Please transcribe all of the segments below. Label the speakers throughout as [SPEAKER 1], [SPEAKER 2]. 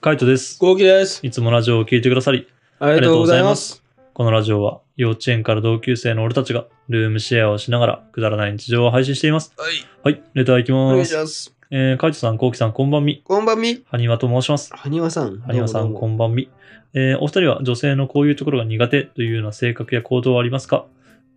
[SPEAKER 1] カイトです。
[SPEAKER 2] ゴーキです。
[SPEAKER 1] いつもラジオを聞いてくださり、
[SPEAKER 2] ありがとうございます。
[SPEAKER 1] このラジオは幼稚園から同級生の俺たちがルームシェアをしながらくだらない日常を配信しています。
[SPEAKER 2] はい。
[SPEAKER 1] はい、レターいき
[SPEAKER 2] お願
[SPEAKER 1] ま
[SPEAKER 2] いし
[SPEAKER 1] す。
[SPEAKER 2] ます。
[SPEAKER 1] えー、カイトさん、コウキさん、こんばんみ。
[SPEAKER 2] こんばんみ。
[SPEAKER 1] ハニワと申します。
[SPEAKER 2] はにわさん。
[SPEAKER 1] ハニワさん、こ
[SPEAKER 2] ん
[SPEAKER 1] んばんみ。えー、お二人は女性のこういうところが苦手というような性格や行動はありますか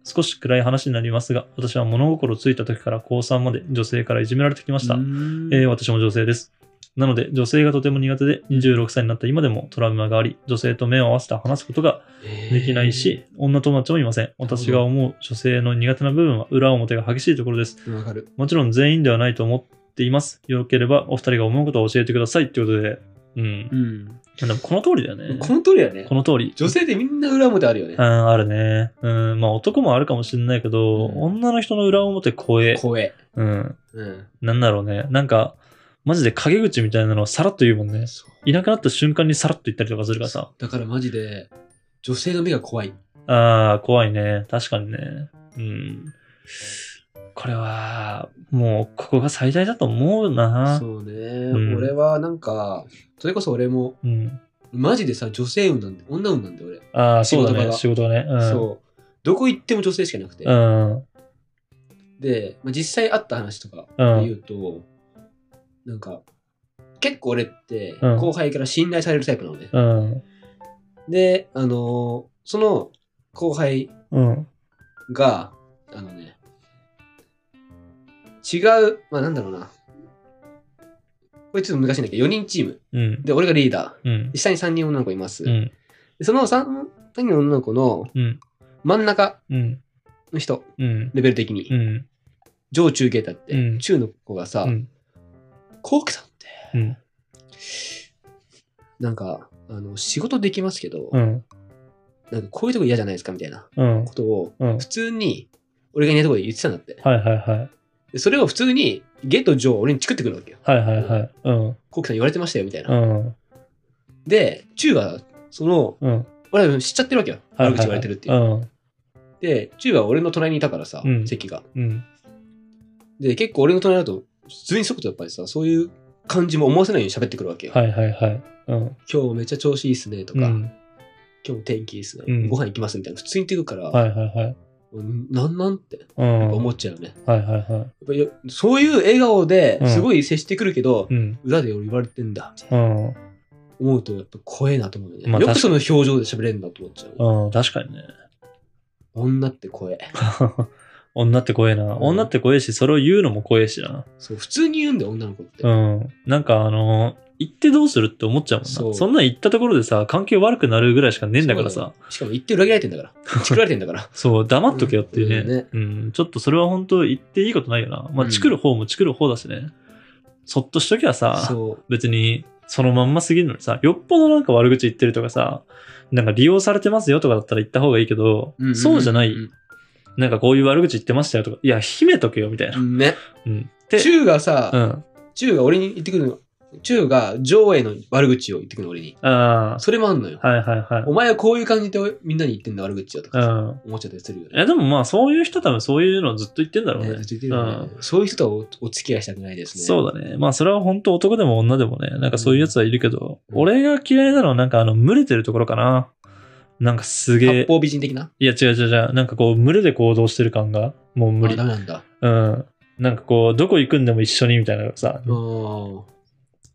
[SPEAKER 1] 少し暗い話になりますが、私は物心ついた時から高3まで女性からいじめられてきました。えー私も女性です。なので、女性がとても苦手で、26歳になった今でもトラウマがあり、女性と目を合わせて話すことができない。し、女友達もいません。私が思う女性の苦手な部分は裏表が激しいところです。
[SPEAKER 2] わかる。
[SPEAKER 1] もちろん全員ではないと思っています。よければ、お二人が思うことを教えてください。ということで、うん。
[SPEAKER 2] うん。
[SPEAKER 1] でもこの通りだよね。
[SPEAKER 2] この通りやね
[SPEAKER 1] こ。の通り。
[SPEAKER 2] 女性ってみんな裏表あるよね
[SPEAKER 1] うん、。あるね。うん、まあ男もあるかもしれないけど、
[SPEAKER 2] うん
[SPEAKER 1] 女の人の裏表怖え。
[SPEAKER 2] 声。
[SPEAKER 1] うん。
[SPEAKER 2] うん。
[SPEAKER 1] なんだろうね。なんか、マジで陰口みたいなのをさらっと言うもんね。
[SPEAKER 2] そう
[SPEAKER 1] いなくなった瞬間にさらっと言ったりとかするからさ。
[SPEAKER 2] だからマジで、女性の目が怖い。
[SPEAKER 1] ああ、怖いね。確かにね。うん。これは、もう、ここが最大だと思うな。
[SPEAKER 2] そうね。
[SPEAKER 1] ん
[SPEAKER 2] 俺はなんか、それこそ俺も、
[SPEAKER 1] うん。
[SPEAKER 2] マジでさ、女性運なんで、女運なんで俺。
[SPEAKER 1] ああ、
[SPEAKER 2] 仕
[SPEAKER 1] そう
[SPEAKER 2] 事場
[SPEAKER 1] だね。
[SPEAKER 2] が
[SPEAKER 1] 仕事ね。うん。
[SPEAKER 2] そう。どこ行っても女性しかいなくて
[SPEAKER 1] う。ん。
[SPEAKER 2] で、まあ、実際あった話とか
[SPEAKER 1] うん
[SPEAKER 2] 言うと、なんか、結構俺って
[SPEAKER 1] うん
[SPEAKER 2] 後輩から信頼されるタイプなのね。
[SPEAKER 1] うん。
[SPEAKER 2] で、あのーその後輩
[SPEAKER 1] うん。
[SPEAKER 2] が、あのね、違う、まあなんだろうな。これちょっと難しいんだけど、4人チーム。
[SPEAKER 1] うん。
[SPEAKER 2] で、俺がリーダー。
[SPEAKER 1] うん。
[SPEAKER 2] 実際に3人女の子います。
[SPEAKER 1] うん。
[SPEAKER 2] でその 3, 人の女の子の
[SPEAKER 1] うん。
[SPEAKER 2] 真ん中
[SPEAKER 1] うん。
[SPEAKER 2] の人、
[SPEAKER 1] うん。
[SPEAKER 2] レベル的に、
[SPEAKER 1] うん。
[SPEAKER 2] 上中下だって、
[SPEAKER 1] うん
[SPEAKER 2] 中の子がさ、
[SPEAKER 1] うん。
[SPEAKER 2] コウキさんって、
[SPEAKER 1] うん。
[SPEAKER 2] なんか、あの、仕事できますけど、
[SPEAKER 1] うん。
[SPEAKER 2] なんかこういうとこ嫌じゃないですかみたいな
[SPEAKER 1] うん。
[SPEAKER 2] ことを、
[SPEAKER 1] うん
[SPEAKER 2] 普通に、俺がいないとこで言ってたんだって。
[SPEAKER 1] はいはいはい。
[SPEAKER 2] でそれを普通に、ゲとジョーを俺にチクってくるわけよ。
[SPEAKER 1] はいはいはい。うん。
[SPEAKER 2] コウキさん言われてましたよ、みたいうな。
[SPEAKER 1] ん。
[SPEAKER 2] で、チュウは、その、
[SPEAKER 1] うん。
[SPEAKER 2] 俺は知っちゃってるわけよ。
[SPEAKER 1] はいはいはい
[SPEAKER 2] 悪口言われてるっていう。
[SPEAKER 1] うん。
[SPEAKER 2] で、チュウは俺の隣にいたからさ、
[SPEAKER 1] うん
[SPEAKER 2] 席が。
[SPEAKER 1] うん。
[SPEAKER 2] で、結構俺の隣だと、普通にそことやっぱりさ、そういう感じも思わせないように喋ってくるわけよ。
[SPEAKER 1] はいはいはい。うん。
[SPEAKER 2] 今日めっちゃ調子いいっすね、と
[SPEAKER 1] う
[SPEAKER 2] か、
[SPEAKER 1] ん。
[SPEAKER 2] 今日天気いいっすね、
[SPEAKER 1] うん
[SPEAKER 2] ご飯行きますみたいな、普通に言ってくるから、
[SPEAKER 1] はいはいはい。
[SPEAKER 2] うんなんなんってやっ
[SPEAKER 1] う
[SPEAKER 2] ぱ
[SPEAKER 1] ん。
[SPEAKER 2] 思っちゃうよね。
[SPEAKER 1] はいはいはい。
[SPEAKER 2] やっぱよそういう笑顔で
[SPEAKER 1] うん
[SPEAKER 2] すごい接してくるけど、
[SPEAKER 1] うん。
[SPEAKER 2] 裏で俺言われてんだって
[SPEAKER 1] うん。
[SPEAKER 2] 思うとやっぱ怖えなと思うよね、
[SPEAKER 1] まあ
[SPEAKER 2] よく
[SPEAKER 1] 確
[SPEAKER 2] その表情で喋れるんだと思っちゃう、
[SPEAKER 1] うん。確かにね。
[SPEAKER 2] 女って怖え
[SPEAKER 1] 女って怖えな。女って怖えし、それを言うのも怖えしな。
[SPEAKER 2] そう普通に言うんだよ女の子って、
[SPEAKER 1] うん。なんかあの、行ってどうするって思っちゃうもんな。
[SPEAKER 2] そ
[SPEAKER 1] そ
[SPEAKER 2] うん
[SPEAKER 1] なん行ったところでさ、関係悪くなるぐらいしかねえんだから
[SPEAKER 2] そう
[SPEAKER 1] さ。
[SPEAKER 2] しかも言って裏切られてんだからチクられてんだから
[SPEAKER 1] そう、黙っとけよっていうね。
[SPEAKER 2] うんね
[SPEAKER 1] うん。ちょっとそれは本当言っていいことないよな。まあ、
[SPEAKER 2] うん
[SPEAKER 1] チクる方もチクる方だしね。そっとしときゃさ、
[SPEAKER 2] そう
[SPEAKER 1] 別にそのまんますぎるのにさ、よっぽどなんか悪口言ってるとかさ、なんか利用されてますよとかだったら言った方がいいけど、
[SPEAKER 2] んんんん
[SPEAKER 1] そうじゃない、
[SPEAKER 2] う
[SPEAKER 1] なんかこういう悪口言ってましたよとか、いや、秘めとけよみたいな。
[SPEAKER 2] んね
[SPEAKER 1] うん。で、
[SPEAKER 2] 中がさ、
[SPEAKER 1] うん。
[SPEAKER 2] 中が俺に言ってくるの中が上への悪口を言ってくるの俺に
[SPEAKER 1] あ
[SPEAKER 2] それもあんのよ、
[SPEAKER 1] あ、はいはいはい
[SPEAKER 2] お。前はこういう感じでみんなに言ってんだ悪口をとかさ、
[SPEAKER 1] うん。
[SPEAKER 2] 思っちゃったりするよね
[SPEAKER 1] え、でもまあ、そういう人多分そういうのずっと言ってんだろうね。
[SPEAKER 2] ねついてるよねそういう人とはおお付き合いしたくないですね。
[SPEAKER 1] そうだね。まあ、それは本当男でも女でもね、なんかそういうやつはいるけど、
[SPEAKER 2] うん
[SPEAKER 1] 俺が嫌いなのはなんかあの、群れてるところかな。なんかすげ
[SPEAKER 2] 八
[SPEAKER 1] え、
[SPEAKER 2] 方美人的ない
[SPEAKER 1] や違う違う違う、なんかこう、群れで行動してる感が、もう無
[SPEAKER 2] あ
[SPEAKER 1] 理
[SPEAKER 2] ダ。メなんだ。
[SPEAKER 1] うん。なんかこう、どこ行くんでも一緒にみたいなのがさ、
[SPEAKER 2] うん。は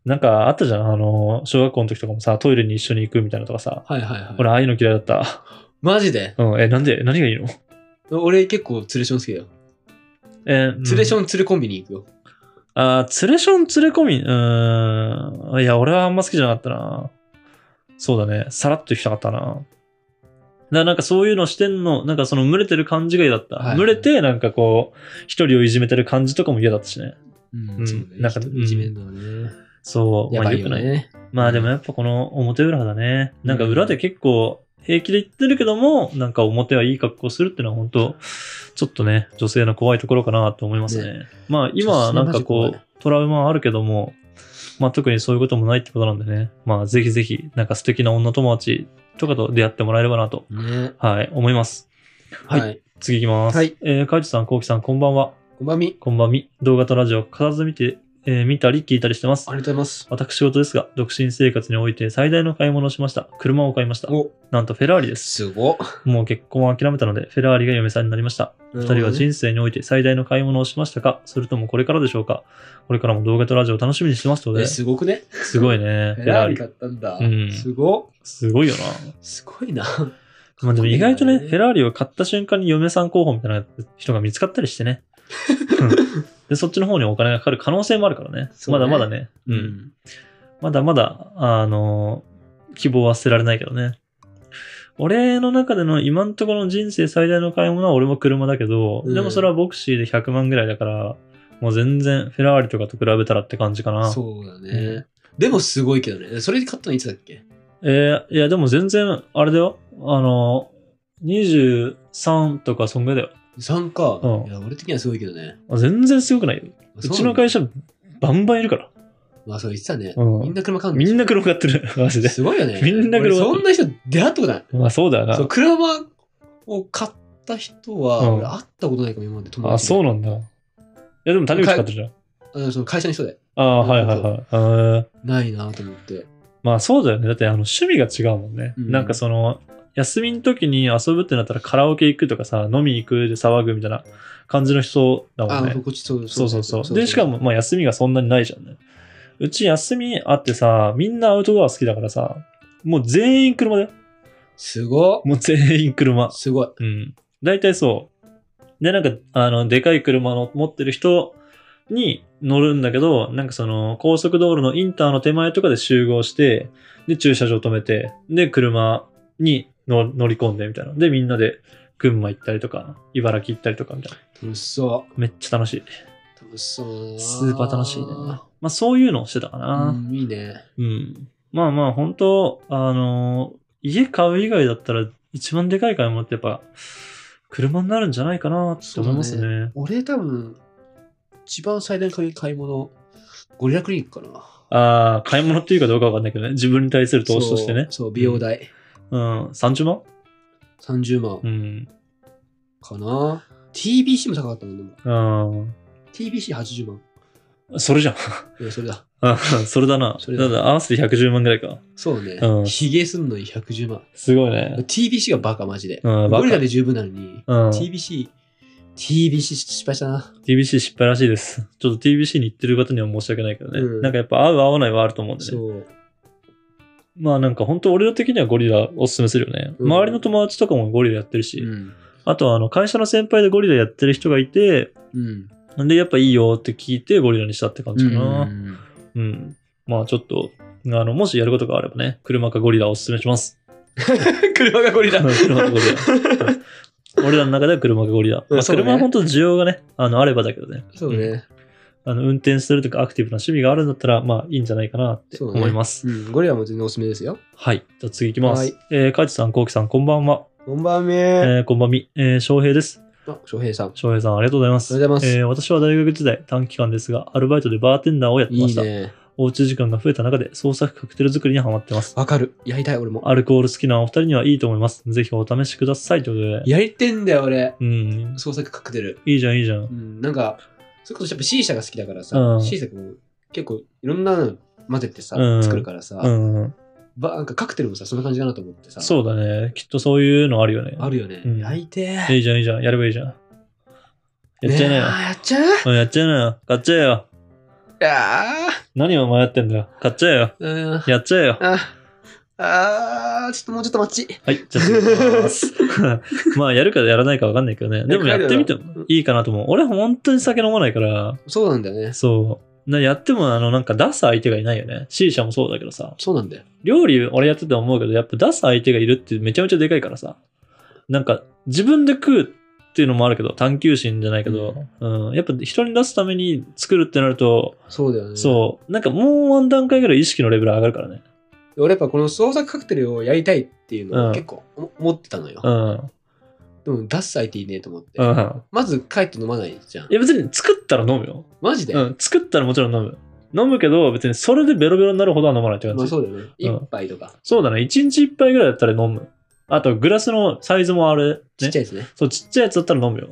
[SPEAKER 1] なんかあったじゃん、あの、小学校の時とかもさ、トイレに一緒に行くみたいなのとかさ、
[SPEAKER 2] いはいはい。
[SPEAKER 1] 俺、ああいうの嫌いだった。
[SPEAKER 2] マジで
[SPEAKER 1] うん、え、なんで何がいいの
[SPEAKER 2] 俺結構ツレション好きだよ。
[SPEAKER 1] え、うん
[SPEAKER 2] ツレションツレコンビニ行くよ。
[SPEAKER 1] あー、連れション連れ込み、うーん。いや、俺はあんま好きじゃなかったな。そうだね。さらっと行きたかったな。だからなんかそういうのしてんの、なんかその群れてる感じが嫌だった。
[SPEAKER 2] はい
[SPEAKER 1] 群れて、なんかこう、一人をいじめてる感じとかも嫌だったしね。
[SPEAKER 2] う
[SPEAKER 1] うん
[SPEAKER 2] そうね。
[SPEAKER 1] なんか
[SPEAKER 2] 人いじめんのはね。
[SPEAKER 1] そう。
[SPEAKER 2] や
[SPEAKER 1] まあ
[SPEAKER 2] ばい
[SPEAKER 1] 良
[SPEAKER 2] よ
[SPEAKER 1] くない
[SPEAKER 2] ね。
[SPEAKER 1] まあでもやっぱこの表裏だね。なんか裏で結構平気で言ってるけども、なんか表はいい格好するっていうのは本当ちょっとね、女性の怖いところかなと思いますね。まあ今はなんかこ、
[SPEAKER 2] 女性マジ怖いう
[SPEAKER 1] トラウマはあるけども、まあ特にそういうこともないってことなんでね。まあぜひぜひ、なんか素敵な女友達とかと出会ってもらえればなと、
[SPEAKER 2] ね。
[SPEAKER 1] はい、思います。はい
[SPEAKER 2] はい。
[SPEAKER 1] 次行きます。
[SPEAKER 2] はい
[SPEAKER 1] えー、カイトさん、コウキさん、こんばんは。
[SPEAKER 2] こまみ。
[SPEAKER 1] こんばんみ。動画とラジオ、必ず見てえー見たり聞いたりしてます
[SPEAKER 2] あ。りがとうございます。
[SPEAKER 1] 私事ですが、独身生活において最大の買い物をしました。車を買いました。
[SPEAKER 2] お、
[SPEAKER 1] なんとフェラーリです。
[SPEAKER 2] すごっ。
[SPEAKER 1] もう結婚を諦めたので、フェラーリが嫁さんになりました。
[SPEAKER 2] 二
[SPEAKER 1] 二人は人生において最大の買い物をしましたかそれともこれからでしょうかこれからも動画とラジオを楽しみにしてますの
[SPEAKER 2] え、
[SPEAKER 1] で、
[SPEAKER 2] すごくね。
[SPEAKER 1] すごいね。
[SPEAKER 2] フ
[SPEAKER 1] フ
[SPEAKER 2] ェ
[SPEAKER 1] ェ
[SPEAKER 2] ラ
[SPEAKER 1] ラ
[SPEAKER 2] ー
[SPEAKER 1] ー
[SPEAKER 2] リ
[SPEAKER 1] リ。
[SPEAKER 2] 買ったんだ。
[SPEAKER 1] うん
[SPEAKER 2] すごっ。
[SPEAKER 1] すごいよな。
[SPEAKER 2] すごいな。
[SPEAKER 1] まあでも意外とね、フェ
[SPEAKER 2] ー
[SPEAKER 1] ラーリを買った瞬間に嫁さん候補みたいな人が見つかったりして ね。うんでそっちの方にお金がかかる可能性もあるからね。
[SPEAKER 2] そう
[SPEAKER 1] まだ
[SPEAKER 2] ね
[SPEAKER 1] まだね。う
[SPEAKER 2] リ
[SPEAKER 1] ん。まだまだ、あの、希望は捨てられないけどね。俺の中での今のところの人生最大の買い物は俺も車だけど、
[SPEAKER 2] うん
[SPEAKER 1] でもそれはボクシーで100万ぐらいだから、もう全然フェラーリとかと比べたらって感じか
[SPEAKER 2] うん。
[SPEAKER 1] な。
[SPEAKER 2] そうだ
[SPEAKER 1] う
[SPEAKER 2] ね。でもすごいけどね。それで買ったのいつだっけ
[SPEAKER 1] えーいやでも全然、あれだよ。あの、23とかそんぐらいだよ
[SPEAKER 2] 三か
[SPEAKER 1] うん。
[SPEAKER 2] いや、俺的にはすごいけどね。
[SPEAKER 1] あ。全然すごくないよ。うちの会
[SPEAKER 2] 社。
[SPEAKER 1] 社、バンバンいるから。
[SPEAKER 2] まあそう言ってたね。
[SPEAKER 1] うん
[SPEAKER 2] みんな車買うんだ
[SPEAKER 1] みんな車買ってる。マジで。
[SPEAKER 2] すごいよね。
[SPEAKER 1] みんな車
[SPEAKER 2] 俺そんな人出会ったことない。
[SPEAKER 1] まあそうだよな
[SPEAKER 2] そう、。車を買った人は、
[SPEAKER 1] うん
[SPEAKER 2] 俺会ったことないかも今まで友
[SPEAKER 1] あ、
[SPEAKER 2] 達で
[SPEAKER 1] そうなんだ。いやでも谷口買ってるじゃん。
[SPEAKER 2] あのその会社の人で。
[SPEAKER 1] ああ、はいはいはい。えー
[SPEAKER 2] ないなと思って。
[SPEAKER 1] まあそうだよね。だってあの趣味が違うもんね。
[SPEAKER 2] うん
[SPEAKER 1] なんかその、休みの時に遊ぶってなったらカラオケ行くとかさ、飲み行くで騒ぐみたいな感じの人だもん
[SPEAKER 2] あ、そう
[SPEAKER 1] ね。
[SPEAKER 2] こっちそう
[SPEAKER 1] そうそうそう。で、しか、もまあ休みがそんなにないじゃんね。うち休みあってさ、みんなアウトドア好きだからさ、もう全員車だよ。
[SPEAKER 2] すごい。
[SPEAKER 1] もう全員車。
[SPEAKER 2] すごい。
[SPEAKER 1] うん。大体そう。で、なんか、あの、でかい車の持ってる人に乗るんだけど、なんかその、高速道路のインターの手前とかで集合して、で、駐車場止めて、で、車に乗乗り込んでみたいな。で、みんなで群馬行ったりとか、茨城行ったりとかみたいな。
[SPEAKER 2] 楽しそ
[SPEAKER 1] めっちゃ楽しい。
[SPEAKER 2] う。楽しそうだな。
[SPEAKER 1] スーパー楽しいね。まあ、そういうのをしてたかな。
[SPEAKER 2] うん、いいね。
[SPEAKER 1] うん。まあまあ、本当あの家買う以外だったら、一番でかい買い物ってやっぱ、車になるんじゃないかなって思います
[SPEAKER 2] そうだ
[SPEAKER 1] ね
[SPEAKER 2] 俺多分、一番最大の買い買い物、ゴリラクリニックかな。
[SPEAKER 1] ああ、買い物っていうかどうかわかんないけどね。自分に対する投資としてね
[SPEAKER 2] そう。。そう美容代。
[SPEAKER 1] うん。30万
[SPEAKER 2] 30万
[SPEAKER 1] うん。
[SPEAKER 2] かな。TBC も高かったもんでも。
[SPEAKER 1] う
[SPEAKER 2] TBC80 万。
[SPEAKER 1] ん。それじゃん。
[SPEAKER 2] いや、それだ。
[SPEAKER 1] あそれだな。
[SPEAKER 2] それだ
[SPEAKER 1] だから合わせて110万ぐらいか。
[SPEAKER 2] そうね
[SPEAKER 1] うん。
[SPEAKER 2] ヒゲすんのに110万。
[SPEAKER 1] すごいね。
[SPEAKER 2] TBC がバカマジで。
[SPEAKER 1] うん、
[SPEAKER 2] ゴ
[SPEAKER 1] バ
[SPEAKER 2] リ
[SPEAKER 1] カ
[SPEAKER 2] ラ。で十分なのに、
[SPEAKER 1] うん。
[SPEAKER 2] TBC、TBC 失敗したな。
[SPEAKER 1] TBC 失敗らしいです。ちょっと TBC に行ってる方には申し訳ないけどね。
[SPEAKER 2] うん
[SPEAKER 1] なんかやっぱ合う合わないはあると思うんでね。
[SPEAKER 2] そう。
[SPEAKER 1] まあなんか本当俺ら的にはゴリラおすすめするよね。
[SPEAKER 2] うん
[SPEAKER 1] 周りの友達とかもゴリラやってるし。
[SPEAKER 2] うん。
[SPEAKER 1] あとはあの会社の先輩でゴリラやってる人がいて、
[SPEAKER 2] うん。
[SPEAKER 1] でやっぱいいよって聞いてゴリラにしたって感じかな。
[SPEAKER 2] うん
[SPEAKER 1] うん。まあちょっと、あの、もしやることがあればね、車かゴリラをおすすめします。
[SPEAKER 2] 車がゴリラ。
[SPEAKER 1] 車かゴリラ。うん俺らの中では車かゴリラ。
[SPEAKER 2] うん
[SPEAKER 1] まあ、
[SPEAKER 2] そうね
[SPEAKER 1] 車は本当需要がね、あの、あればだけどね。
[SPEAKER 2] そうね。
[SPEAKER 1] あの、運転するとかアクティブな趣味があるんだったら、まあいいんじゃないかなって
[SPEAKER 2] そう
[SPEAKER 1] 思います。
[SPEAKER 2] うん。ゴリラも全然おすすめですよ。
[SPEAKER 1] はい。じゃあ次行きます。
[SPEAKER 2] はい
[SPEAKER 1] えー、カイトさん、コウキさん、こんばんは。
[SPEAKER 2] こんばんめ。
[SPEAKER 1] えー、こんばんみ。えー、翔平です。
[SPEAKER 2] あ、翔平さん。
[SPEAKER 1] 翔平さん、ありがとうございます。
[SPEAKER 2] ありがとうございます
[SPEAKER 1] えー私は大学時代、短期間ですが、アルバイトでバーテンダーをやって
[SPEAKER 2] い
[SPEAKER 1] まし
[SPEAKER 2] い
[SPEAKER 1] た。
[SPEAKER 2] ね。
[SPEAKER 1] おうち時間が増えた中で、創作カクテル作りにハマってます。
[SPEAKER 2] わかる。やりたい、俺も。
[SPEAKER 1] アルコール好きなお二人にはいいと思います。ぜひお試しください。ということで。
[SPEAKER 2] やりてんだよ、俺。
[SPEAKER 1] うん。
[SPEAKER 2] 創作カクテル。
[SPEAKER 1] いいじゃん、いいじゃん。
[SPEAKER 2] うん。なんか、それこそやっぱ C 社が好きだから
[SPEAKER 1] う
[SPEAKER 2] さ、
[SPEAKER 1] ん
[SPEAKER 2] C 社も結構いろんなの混ぜてさ
[SPEAKER 1] う、ん
[SPEAKER 2] 作るから
[SPEAKER 1] う
[SPEAKER 2] さ、
[SPEAKER 1] んうん。
[SPEAKER 2] ばなんかカクテルもさ、そんな感じかなと思ってさ。
[SPEAKER 1] そうだね。きっとそういうのあるよね。
[SPEAKER 2] あるよね
[SPEAKER 1] う。ん
[SPEAKER 2] やりてえ。
[SPEAKER 1] いいじゃん、いいじゃん。やればいいじゃん。やっちゃいなよ
[SPEAKER 2] ねえ。やっちゃう
[SPEAKER 1] うんやっちゃいなよ。買っちゃえよ。
[SPEAKER 2] あ
[SPEAKER 1] 何を迷ってんだよ。買っちゃえよ。
[SPEAKER 2] ーうん
[SPEAKER 1] やっちゃえよ。
[SPEAKER 2] あ、あー、ちょっともうちょっと待ち。
[SPEAKER 1] はい、じゃあ次行きます。 まあ、やるかやらないかわかんないけどね。でもやってみてもいいかなと思う。俺は本当に酒飲まないから、
[SPEAKER 2] そうなんだよね。
[SPEAKER 1] そう。なやっても、あの、なんか出す相手がいないよね。C 社もそうだけどさ。
[SPEAKER 2] そうなんだよ。
[SPEAKER 1] 料理俺やってて思うけど、やっぱ出す相手がいるってめちゃめちゃでかいからさ。なんか、自分で食うっていうのもあるけど、探求心じゃないけど、うん、やっぱ人に出すために作るってなると、
[SPEAKER 2] そうだよね。
[SPEAKER 1] そう、なんかもうワン段階ぐらい意識のレベル上がるからね。
[SPEAKER 2] 俺やっぱこの創作カクテルをやりたいっていう
[SPEAKER 1] う
[SPEAKER 2] のを
[SPEAKER 1] ん
[SPEAKER 2] 結構思思ってたのよ
[SPEAKER 1] う。ん。
[SPEAKER 2] でも出す相手いねえと思って
[SPEAKER 1] う。ん。
[SPEAKER 2] まず帰って飲まないじゃん
[SPEAKER 1] い。や別に作ったら飲むよ。
[SPEAKER 2] マジで
[SPEAKER 1] うん、作ったらもちろん飲む。飲むけど、別にそれでベロベロになるほどは飲まないって感
[SPEAKER 2] まあ
[SPEAKER 1] じ。
[SPEAKER 2] そうだよね。
[SPEAKER 1] うん
[SPEAKER 2] 一杯とか。
[SPEAKER 1] そうだね。1日1杯ぐらいだったら飲む。あと、グラスのサイズもあれ、ね。
[SPEAKER 2] ちっちゃいですね。
[SPEAKER 1] そう、ちっちゃいやつだったら飲むよ。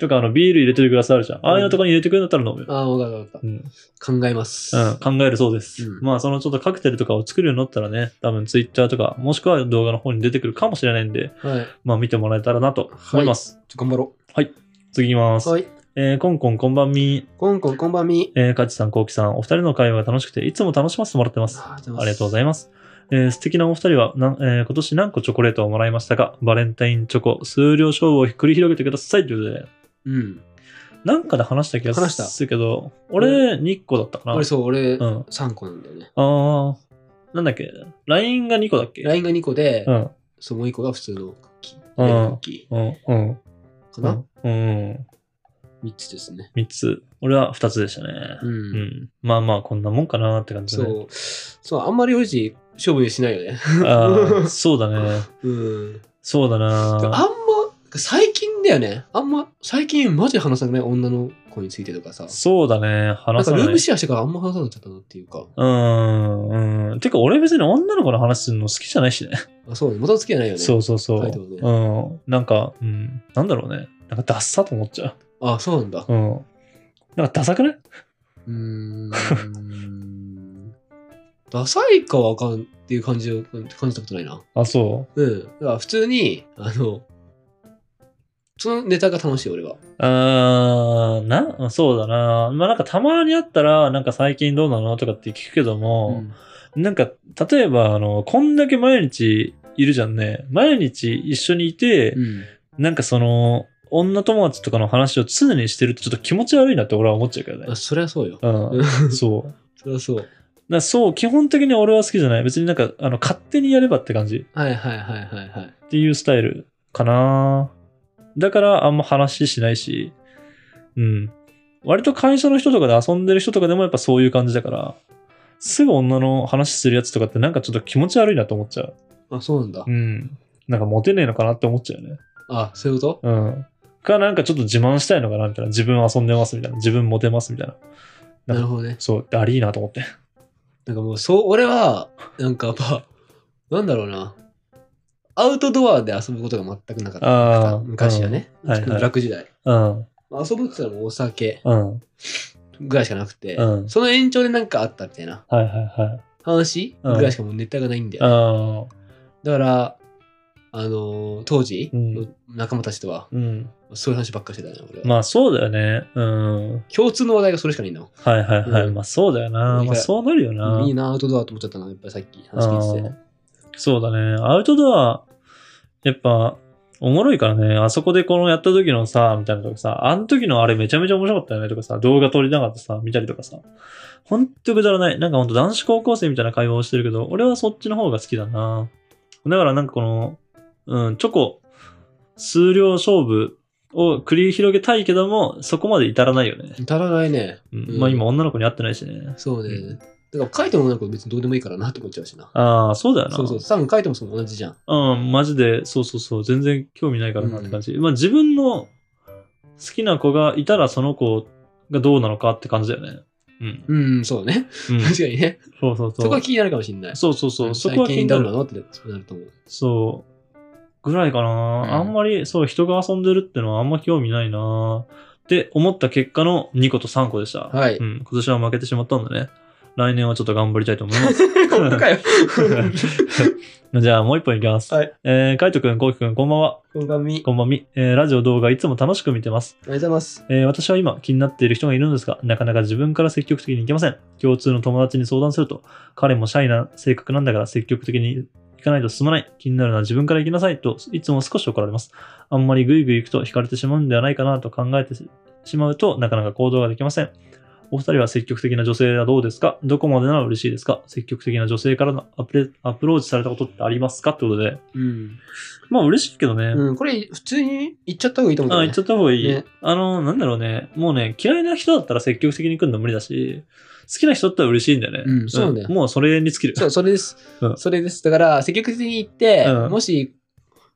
[SPEAKER 1] とか、あの、ビール入れてるグラスあるじゃん。ああいうのとかに入れてくるんだったら飲むよ。
[SPEAKER 2] ああ、わかったわかっ
[SPEAKER 1] うん。
[SPEAKER 2] た。考えます。
[SPEAKER 1] うん、考えるそうです。
[SPEAKER 2] うん
[SPEAKER 1] まあ、そのちょっとカクテルとかを作るようになったらね、多分ツイッターとか、もしくは動画の方に出てくるかもしれないんで、
[SPEAKER 2] はい。
[SPEAKER 1] まあ見てもらえたらなと思います。
[SPEAKER 2] 頑張ろ
[SPEAKER 1] 次いきます。
[SPEAKER 2] う。はい。
[SPEAKER 1] えーコンコンこんばんみ、
[SPEAKER 2] コンコンこんばんみ。
[SPEAKER 1] えー、カチさん、コウキさん、お二人の会話が楽しくて、いつも楽しませてもらってます。
[SPEAKER 2] あ
[SPEAKER 1] ありがとうご
[SPEAKER 2] い
[SPEAKER 1] ざいます。えー素敵なお二人はなん、えー今年何個チョコレートをもらいましたかバレンタインチョコ、数量勝負を繰り広げてくださいということで、
[SPEAKER 2] ます。うん。
[SPEAKER 1] なんかで話した気が
[SPEAKER 2] 話した
[SPEAKER 1] するけど、俺2個だったかな。
[SPEAKER 2] 俺そう、俺
[SPEAKER 1] うん。
[SPEAKER 2] 3個なんだよね。
[SPEAKER 1] あー、なんだっけ ?LINE が2個だっけ
[SPEAKER 2] LINE が2個で、
[SPEAKER 1] うん。
[SPEAKER 2] そうもう1個が普通のクッキー。
[SPEAKER 1] うん
[SPEAKER 2] レモンクッキ
[SPEAKER 1] うん。うん。
[SPEAKER 2] ーかな、
[SPEAKER 1] うん。うん。
[SPEAKER 2] 三 ?3 つですね。
[SPEAKER 1] 3つ。俺は2つでしたね。
[SPEAKER 2] うん。
[SPEAKER 1] うん。まあまあ、こんなもんかなって感じだね。
[SPEAKER 2] そう。そう、あんまり俺たち勝負にしないよね。
[SPEAKER 1] ああ、そうだね。
[SPEAKER 2] うん。
[SPEAKER 1] そうだ
[SPEAKER 2] あん
[SPEAKER 1] な。
[SPEAKER 2] ま、最近だよね。あんま、最近マジで話さなくない女の子についてとかさ。
[SPEAKER 1] そうだね。
[SPEAKER 2] なん
[SPEAKER 1] 話
[SPEAKER 2] か
[SPEAKER 1] さ
[SPEAKER 2] ル
[SPEAKER 1] ない。
[SPEAKER 2] ームシェアしてからあんま話さなくなっちゃったなっていうか。
[SPEAKER 1] うん。うん。てか、俺別に女の子の話するの好きじゃないしね。
[SPEAKER 2] あ、そうね。また付き合いないよね。
[SPEAKER 1] そうそうそう。
[SPEAKER 2] 態度ね
[SPEAKER 1] うん。なんか、うん。なんだろうね。なんかダッサと思っちゃ
[SPEAKER 2] あ、そうなんだ。
[SPEAKER 1] う。うん。なんかダサくないう
[SPEAKER 2] ーんダサいかわかんっていう感じを感じたことないな。
[SPEAKER 1] あ、そ
[SPEAKER 2] うん。だから普通に、あの、そのネタが楽しい、俺は。
[SPEAKER 1] う。あーな、そうだな。まあなんかたまにあったら、なんか最近どうなのとかって聞くけども、
[SPEAKER 2] うん
[SPEAKER 1] なんか、例えば、あの、こんだけ毎日いるじゃんね。毎日一緒にいて、
[SPEAKER 2] うん
[SPEAKER 1] なんかその、女友達とかの話を常にしてるとちょっと気持ち悪いなって俺は思っちゃうけどね
[SPEAKER 2] あ、。そりゃそうよ。
[SPEAKER 1] うん。そう。だか
[SPEAKER 2] そりゃそう。
[SPEAKER 1] らそう、基本的に俺は好きじゃない。別になんか、あの、勝手にやればって感じ
[SPEAKER 2] はいはいはいはいはい。
[SPEAKER 1] っていうスタイルかな。だからあんま話しないし、うん。割と会社の人とかで遊んでる人とかでもやっぱそういう感じだから、すぐ女の話するやつとかってなんかちょっと気持ち悪いなと思っちゃう。
[SPEAKER 2] あ、そうなんだ
[SPEAKER 1] う。ん。なんかモテねえのかなって思っちゃうよね。
[SPEAKER 2] あ、そういうこ
[SPEAKER 1] うん。か、なんかちょっと自慢したいのかなみたいな。自分遊んでますみたいな。自分モテますみたいな。
[SPEAKER 2] となるほどね。
[SPEAKER 1] そう、ダリーなと思って。
[SPEAKER 2] なんかもう、そう、俺は、なんかやっぱ、なんだろうな。アウトドアで遊ぶことが全くなかった。
[SPEAKER 1] ああ。
[SPEAKER 2] 昔はね。
[SPEAKER 1] うんはいはい
[SPEAKER 2] 楽時代。
[SPEAKER 1] うん。
[SPEAKER 2] 遊ぶって言ったらもうお酒
[SPEAKER 1] うん。はい
[SPEAKER 2] ぐらいしかなくて、
[SPEAKER 1] うん
[SPEAKER 2] その延長でなんかあったみたいな。
[SPEAKER 1] はいはい。
[SPEAKER 2] 話
[SPEAKER 1] うん
[SPEAKER 2] ぐらいしかもうネタがないんだよね、
[SPEAKER 1] ああ。
[SPEAKER 2] だから、あのー当時
[SPEAKER 1] うん
[SPEAKER 2] の仲間たちとは、
[SPEAKER 1] うん。
[SPEAKER 2] そういう話ばっかりしてたね、俺は。
[SPEAKER 1] まあそうだよね。うん。
[SPEAKER 2] 共通の話題がそれしかないんだもん。
[SPEAKER 1] はいはいはい。
[SPEAKER 2] うん
[SPEAKER 1] まあそうだよな。
[SPEAKER 2] なん
[SPEAKER 1] まあ
[SPEAKER 2] か
[SPEAKER 1] そうなるよな。
[SPEAKER 2] いいな、アウトドアと思っちゃったな、やっぱりさっき話聞いてて。
[SPEAKER 1] うんそうだね。アウトドア、やっぱ、おもろいからね。あそこでこのやった時のさ、みたいなとかさ、あの時のあれめちゃめちゃ面白かったよねとかさ、動画撮りながらさ、見たりとかさ。ほんとくだらない。なんかほんと男子高校生みたいな会話をしてるけど、俺はそっちの方が好きだな。だからなんかこの、うん、チョコ、数量勝負を繰り広げたいけども、そこまで至らないよね。
[SPEAKER 2] 足らないね。
[SPEAKER 1] うん
[SPEAKER 2] うん
[SPEAKER 1] まあ今女の子に会ってないしね。
[SPEAKER 2] そうね。
[SPEAKER 1] うん
[SPEAKER 2] だから書いてもなんか別にどうでもいいからなって思っちゃうしな。
[SPEAKER 1] ああ、そうだよな。
[SPEAKER 2] そうそう、多分書いてもその同じじゃん。
[SPEAKER 1] うん、マジで、そうそうそう、全然興味ないからなって感じ。まあ自分の好きな子がいたらその子がどうなのかって感じだよね。うん。
[SPEAKER 2] うん、そうね。
[SPEAKER 1] うん、
[SPEAKER 2] 確かにね。
[SPEAKER 1] そうそう
[SPEAKER 2] そこ
[SPEAKER 1] そう
[SPEAKER 2] は。気になるかもしれない。
[SPEAKER 1] そうそうそう。そこは
[SPEAKER 2] 最
[SPEAKER 1] 気に
[SPEAKER 2] 近
[SPEAKER 1] な
[SPEAKER 2] どうな
[SPEAKER 1] る。
[SPEAKER 2] のってそうなると思う。
[SPEAKER 1] そう。ぐらいかな、
[SPEAKER 2] うん
[SPEAKER 1] あんまり、そう、人が遊んでるってのはあんま興味ないなって思った結果の2個と3個でした。
[SPEAKER 2] はい
[SPEAKER 1] うん。今年は負けてしまったんだね。来年はちょっと頑張りたいと思います。
[SPEAKER 2] 本当かよ。
[SPEAKER 1] じゃあもう一本いきます。
[SPEAKER 2] はい。
[SPEAKER 1] えー、カイトくん、コウキくん、こんばんは。
[SPEAKER 2] こんばんみ。ありがと
[SPEAKER 1] こんばんみ。えーラジオ動画いつも楽しく見てます、
[SPEAKER 2] うございます。
[SPEAKER 1] えー私は今気になっている人がいるのですが、なかなか自分から積極的に行けません。共通の友達に相談すると、彼もシャイな性格なんだから積極的に行かないと進まない。気になるのは自分から行きなさいと、いつも少し怒られます。あんまりグイグイ行くと惹かれてしまうんではないかなと考えてしまうと、なかなか行動ができません。お二人は積極的な女性はどうですかどこまでなら嬉しいですか積極的な女性からのアプレアプローチされたことってありますかってことで。
[SPEAKER 2] うん。
[SPEAKER 1] まあ嬉しいけどね。
[SPEAKER 2] うん、これ、普通に言っちゃった方がいいと思う
[SPEAKER 1] あ、言
[SPEAKER 2] ん
[SPEAKER 1] っ
[SPEAKER 2] だ
[SPEAKER 1] ちゃった
[SPEAKER 2] よね。
[SPEAKER 1] 方がいい。
[SPEAKER 2] ね
[SPEAKER 1] あの、なんだろうね。もうね、嫌いな人だったら積極的に来るの無理だし、好きな人だったら嬉しいんだよね。
[SPEAKER 2] うんそうね
[SPEAKER 1] もうそれに尽きる。
[SPEAKER 2] そう、それです
[SPEAKER 1] う。ん
[SPEAKER 2] それです。だから、積極的に言って、
[SPEAKER 1] うん
[SPEAKER 2] もし、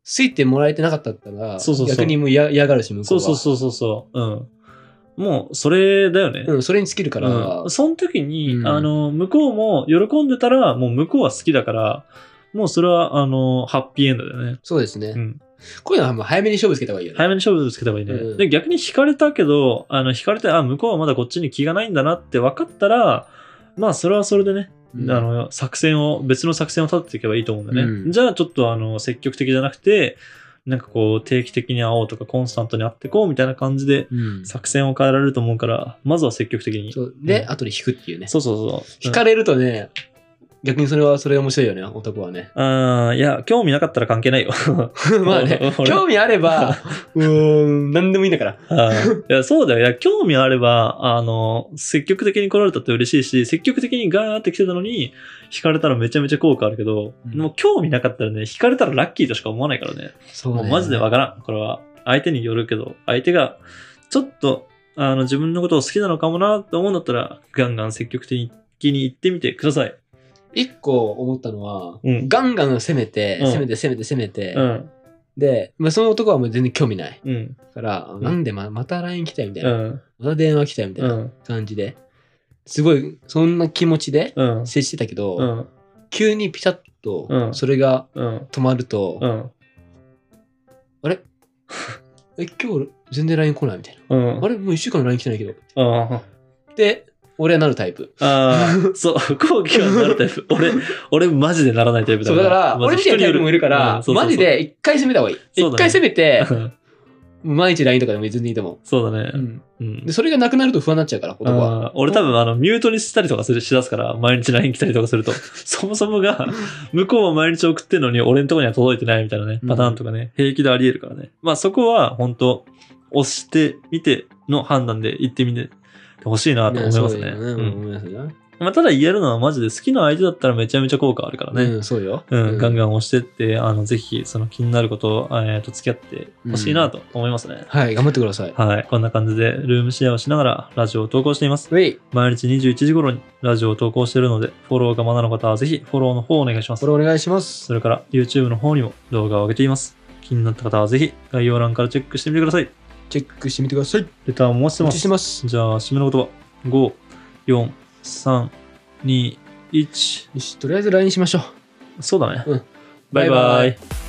[SPEAKER 2] ついてもらえてなかったったら、
[SPEAKER 1] そうそうそう
[SPEAKER 2] 逆にもう嫌嫌がるし、向こ
[SPEAKER 1] そうう
[SPEAKER 2] は。
[SPEAKER 1] そうそうそうそう。うん。もう、それだよね。
[SPEAKER 2] うん、それに尽きるから、
[SPEAKER 1] うんその時に、
[SPEAKER 2] うん
[SPEAKER 1] あの、向こうも喜んでたら、もう向こうは好きだから、もうそれは、あの、ハッピーエンドだよね。
[SPEAKER 2] そうですね。
[SPEAKER 1] うん。
[SPEAKER 2] こういうのはもう早めに勝負つけた方がいいよね。
[SPEAKER 1] 早めに勝負つけた方がいいね。
[SPEAKER 2] うん
[SPEAKER 1] で、逆に引かれたけど、あの、引かれて、あ、向こうはまだこっちに気がないんだなって分かったら、まあ、それはそれでね、
[SPEAKER 2] うん
[SPEAKER 1] あの、作戦を、別の作戦を立てていけばいいと思うんだよね。
[SPEAKER 2] うん
[SPEAKER 1] じゃあ、ちょっと、あの、積極的じゃなくて、なんかこう、定期的に会おうとか、コンスタントに会ってこうみたいな感じで、
[SPEAKER 2] うん
[SPEAKER 1] 作戦を変えられると思うから、まずは積極的に。
[SPEAKER 2] そうで、
[SPEAKER 1] うん
[SPEAKER 2] 後で引くっていうね。
[SPEAKER 1] そうそうそう。。
[SPEAKER 2] 引かれるとね、逆にそれはそれ面白いよね、男はね
[SPEAKER 1] あーいや、興味なかったら関係ないよ。
[SPEAKER 2] ま あね、
[SPEAKER 1] 俺
[SPEAKER 2] 興味あれ ば、うーん、何でもいいんだから。
[SPEAKER 1] あ ーいやそうだよ。いや、興味あれば、あの、積極的に来られたって嬉しいし、積極的にガーって来てたのに、惹かれたらめちゃめちゃ効果あるけど、
[SPEAKER 2] うん
[SPEAKER 1] もう興味なかったらね、惹かれたらラッキーとしか思わないからね。
[SPEAKER 2] そう
[SPEAKER 1] もうマジでわ
[SPEAKER 2] か
[SPEAKER 1] からん。これは、相手によるけど、相手が、ちょっと、あの、自分のことを好きなのかもなと思うんだったら、ガンガン積極的に行ってみてください。
[SPEAKER 2] 一個思ったのは、
[SPEAKER 1] うん
[SPEAKER 2] ガンガン攻めて、
[SPEAKER 1] うん
[SPEAKER 2] 攻めて攻めて攻めて、
[SPEAKER 1] うん。
[SPEAKER 2] で、まあ、その男はもう全然興味ない。
[SPEAKER 1] うん。
[SPEAKER 2] から、
[SPEAKER 1] ん
[SPEAKER 2] なんでままた LINE 来たよみたいうな、
[SPEAKER 1] ん。。
[SPEAKER 2] また電話来たよみたいうなん感じで、すごい、そんな気持ちで
[SPEAKER 1] うん。
[SPEAKER 2] 接してたけど、
[SPEAKER 1] うん。
[SPEAKER 2] 急にピタッ
[SPEAKER 1] う
[SPEAKER 2] と、
[SPEAKER 1] ん
[SPEAKER 2] それが
[SPEAKER 1] うん。
[SPEAKER 2] 止まると、
[SPEAKER 1] うん。
[SPEAKER 2] え、今日全然 LINE 来ないみたいな。
[SPEAKER 1] うん。
[SPEAKER 2] あれもう一週間 LINE 来てないけど。
[SPEAKER 1] うん。
[SPEAKER 2] で、俺はなるタイプ。
[SPEAKER 1] ああ、そう、後期はなるタイプ。俺、俺マジでならないタイプだ
[SPEAKER 2] そう、
[SPEAKER 1] か
[SPEAKER 2] だ
[SPEAKER 1] ら。
[SPEAKER 2] から、
[SPEAKER 1] マジ
[SPEAKER 2] 俺みたいなタイプもいるか
[SPEAKER 1] うん
[SPEAKER 2] ら、
[SPEAKER 1] そうそうそう
[SPEAKER 2] マジで一回攻めた方がいい。
[SPEAKER 1] そ
[SPEAKER 2] 一、
[SPEAKER 1] うだね
[SPEAKER 2] 回攻めて、
[SPEAKER 1] うん
[SPEAKER 2] 毎日 LINE とかでも全然いいと思
[SPEAKER 1] そうだ
[SPEAKER 2] う。う
[SPEAKER 1] ね。
[SPEAKER 2] ん。
[SPEAKER 1] うん
[SPEAKER 2] で、。それがなくなると不安になっちゃうから、男は。
[SPEAKER 1] あー俺多分あのミュートにしたりとかするしだすから毎日 LINE 来たりとかするとそもそもが向こうは毎日送ってんのに俺のとこには届いてないみたいなねパターンとかね平気でありえるからねまあそこは本当押してみての判断で行ってみてほしいなと思いますね
[SPEAKER 2] ねそうだよ
[SPEAKER 1] う
[SPEAKER 2] ねうん
[SPEAKER 1] ん
[SPEAKER 2] 思いますね。
[SPEAKER 1] まあただ言えるのはマジで好きな相手だったらめちゃめちゃ効果あるからね、
[SPEAKER 2] うん、そうよ。
[SPEAKER 1] うん、ガン
[SPEAKER 2] ン。
[SPEAKER 1] ガン押してって、あの、ぜひ、その気になることを、えーと、付き合ってほしいなと思いますね。
[SPEAKER 2] はい、頑張ってください。
[SPEAKER 1] はい。こんな感じで、ルームシェアをしながら、ラジオを投稿しています。
[SPEAKER 2] ウェイ、
[SPEAKER 1] 毎日21時頃にラジオを投稿しているので、フォローがまだの方は、ぜひ、フォローの方をお願いしま
[SPEAKER 2] こ
[SPEAKER 1] す
[SPEAKER 2] れ。お願いします。
[SPEAKER 1] それから、YouTube の方にも動画を上げています。気になった方は、ぜひ、概要欄からチェックしてみてください。
[SPEAKER 2] チェックしてみてください。
[SPEAKER 1] レターもお待ちして
[SPEAKER 2] お
[SPEAKER 1] ま
[SPEAKER 2] 待ちし
[SPEAKER 1] す。
[SPEAKER 2] てます。
[SPEAKER 1] じゃあ、締めの言葉。5、4、3、2、1。
[SPEAKER 2] よし、とりあえず LINE しましょう。
[SPEAKER 1] そうだね。
[SPEAKER 2] うん
[SPEAKER 1] バイバイ。
[SPEAKER 2] バイバイ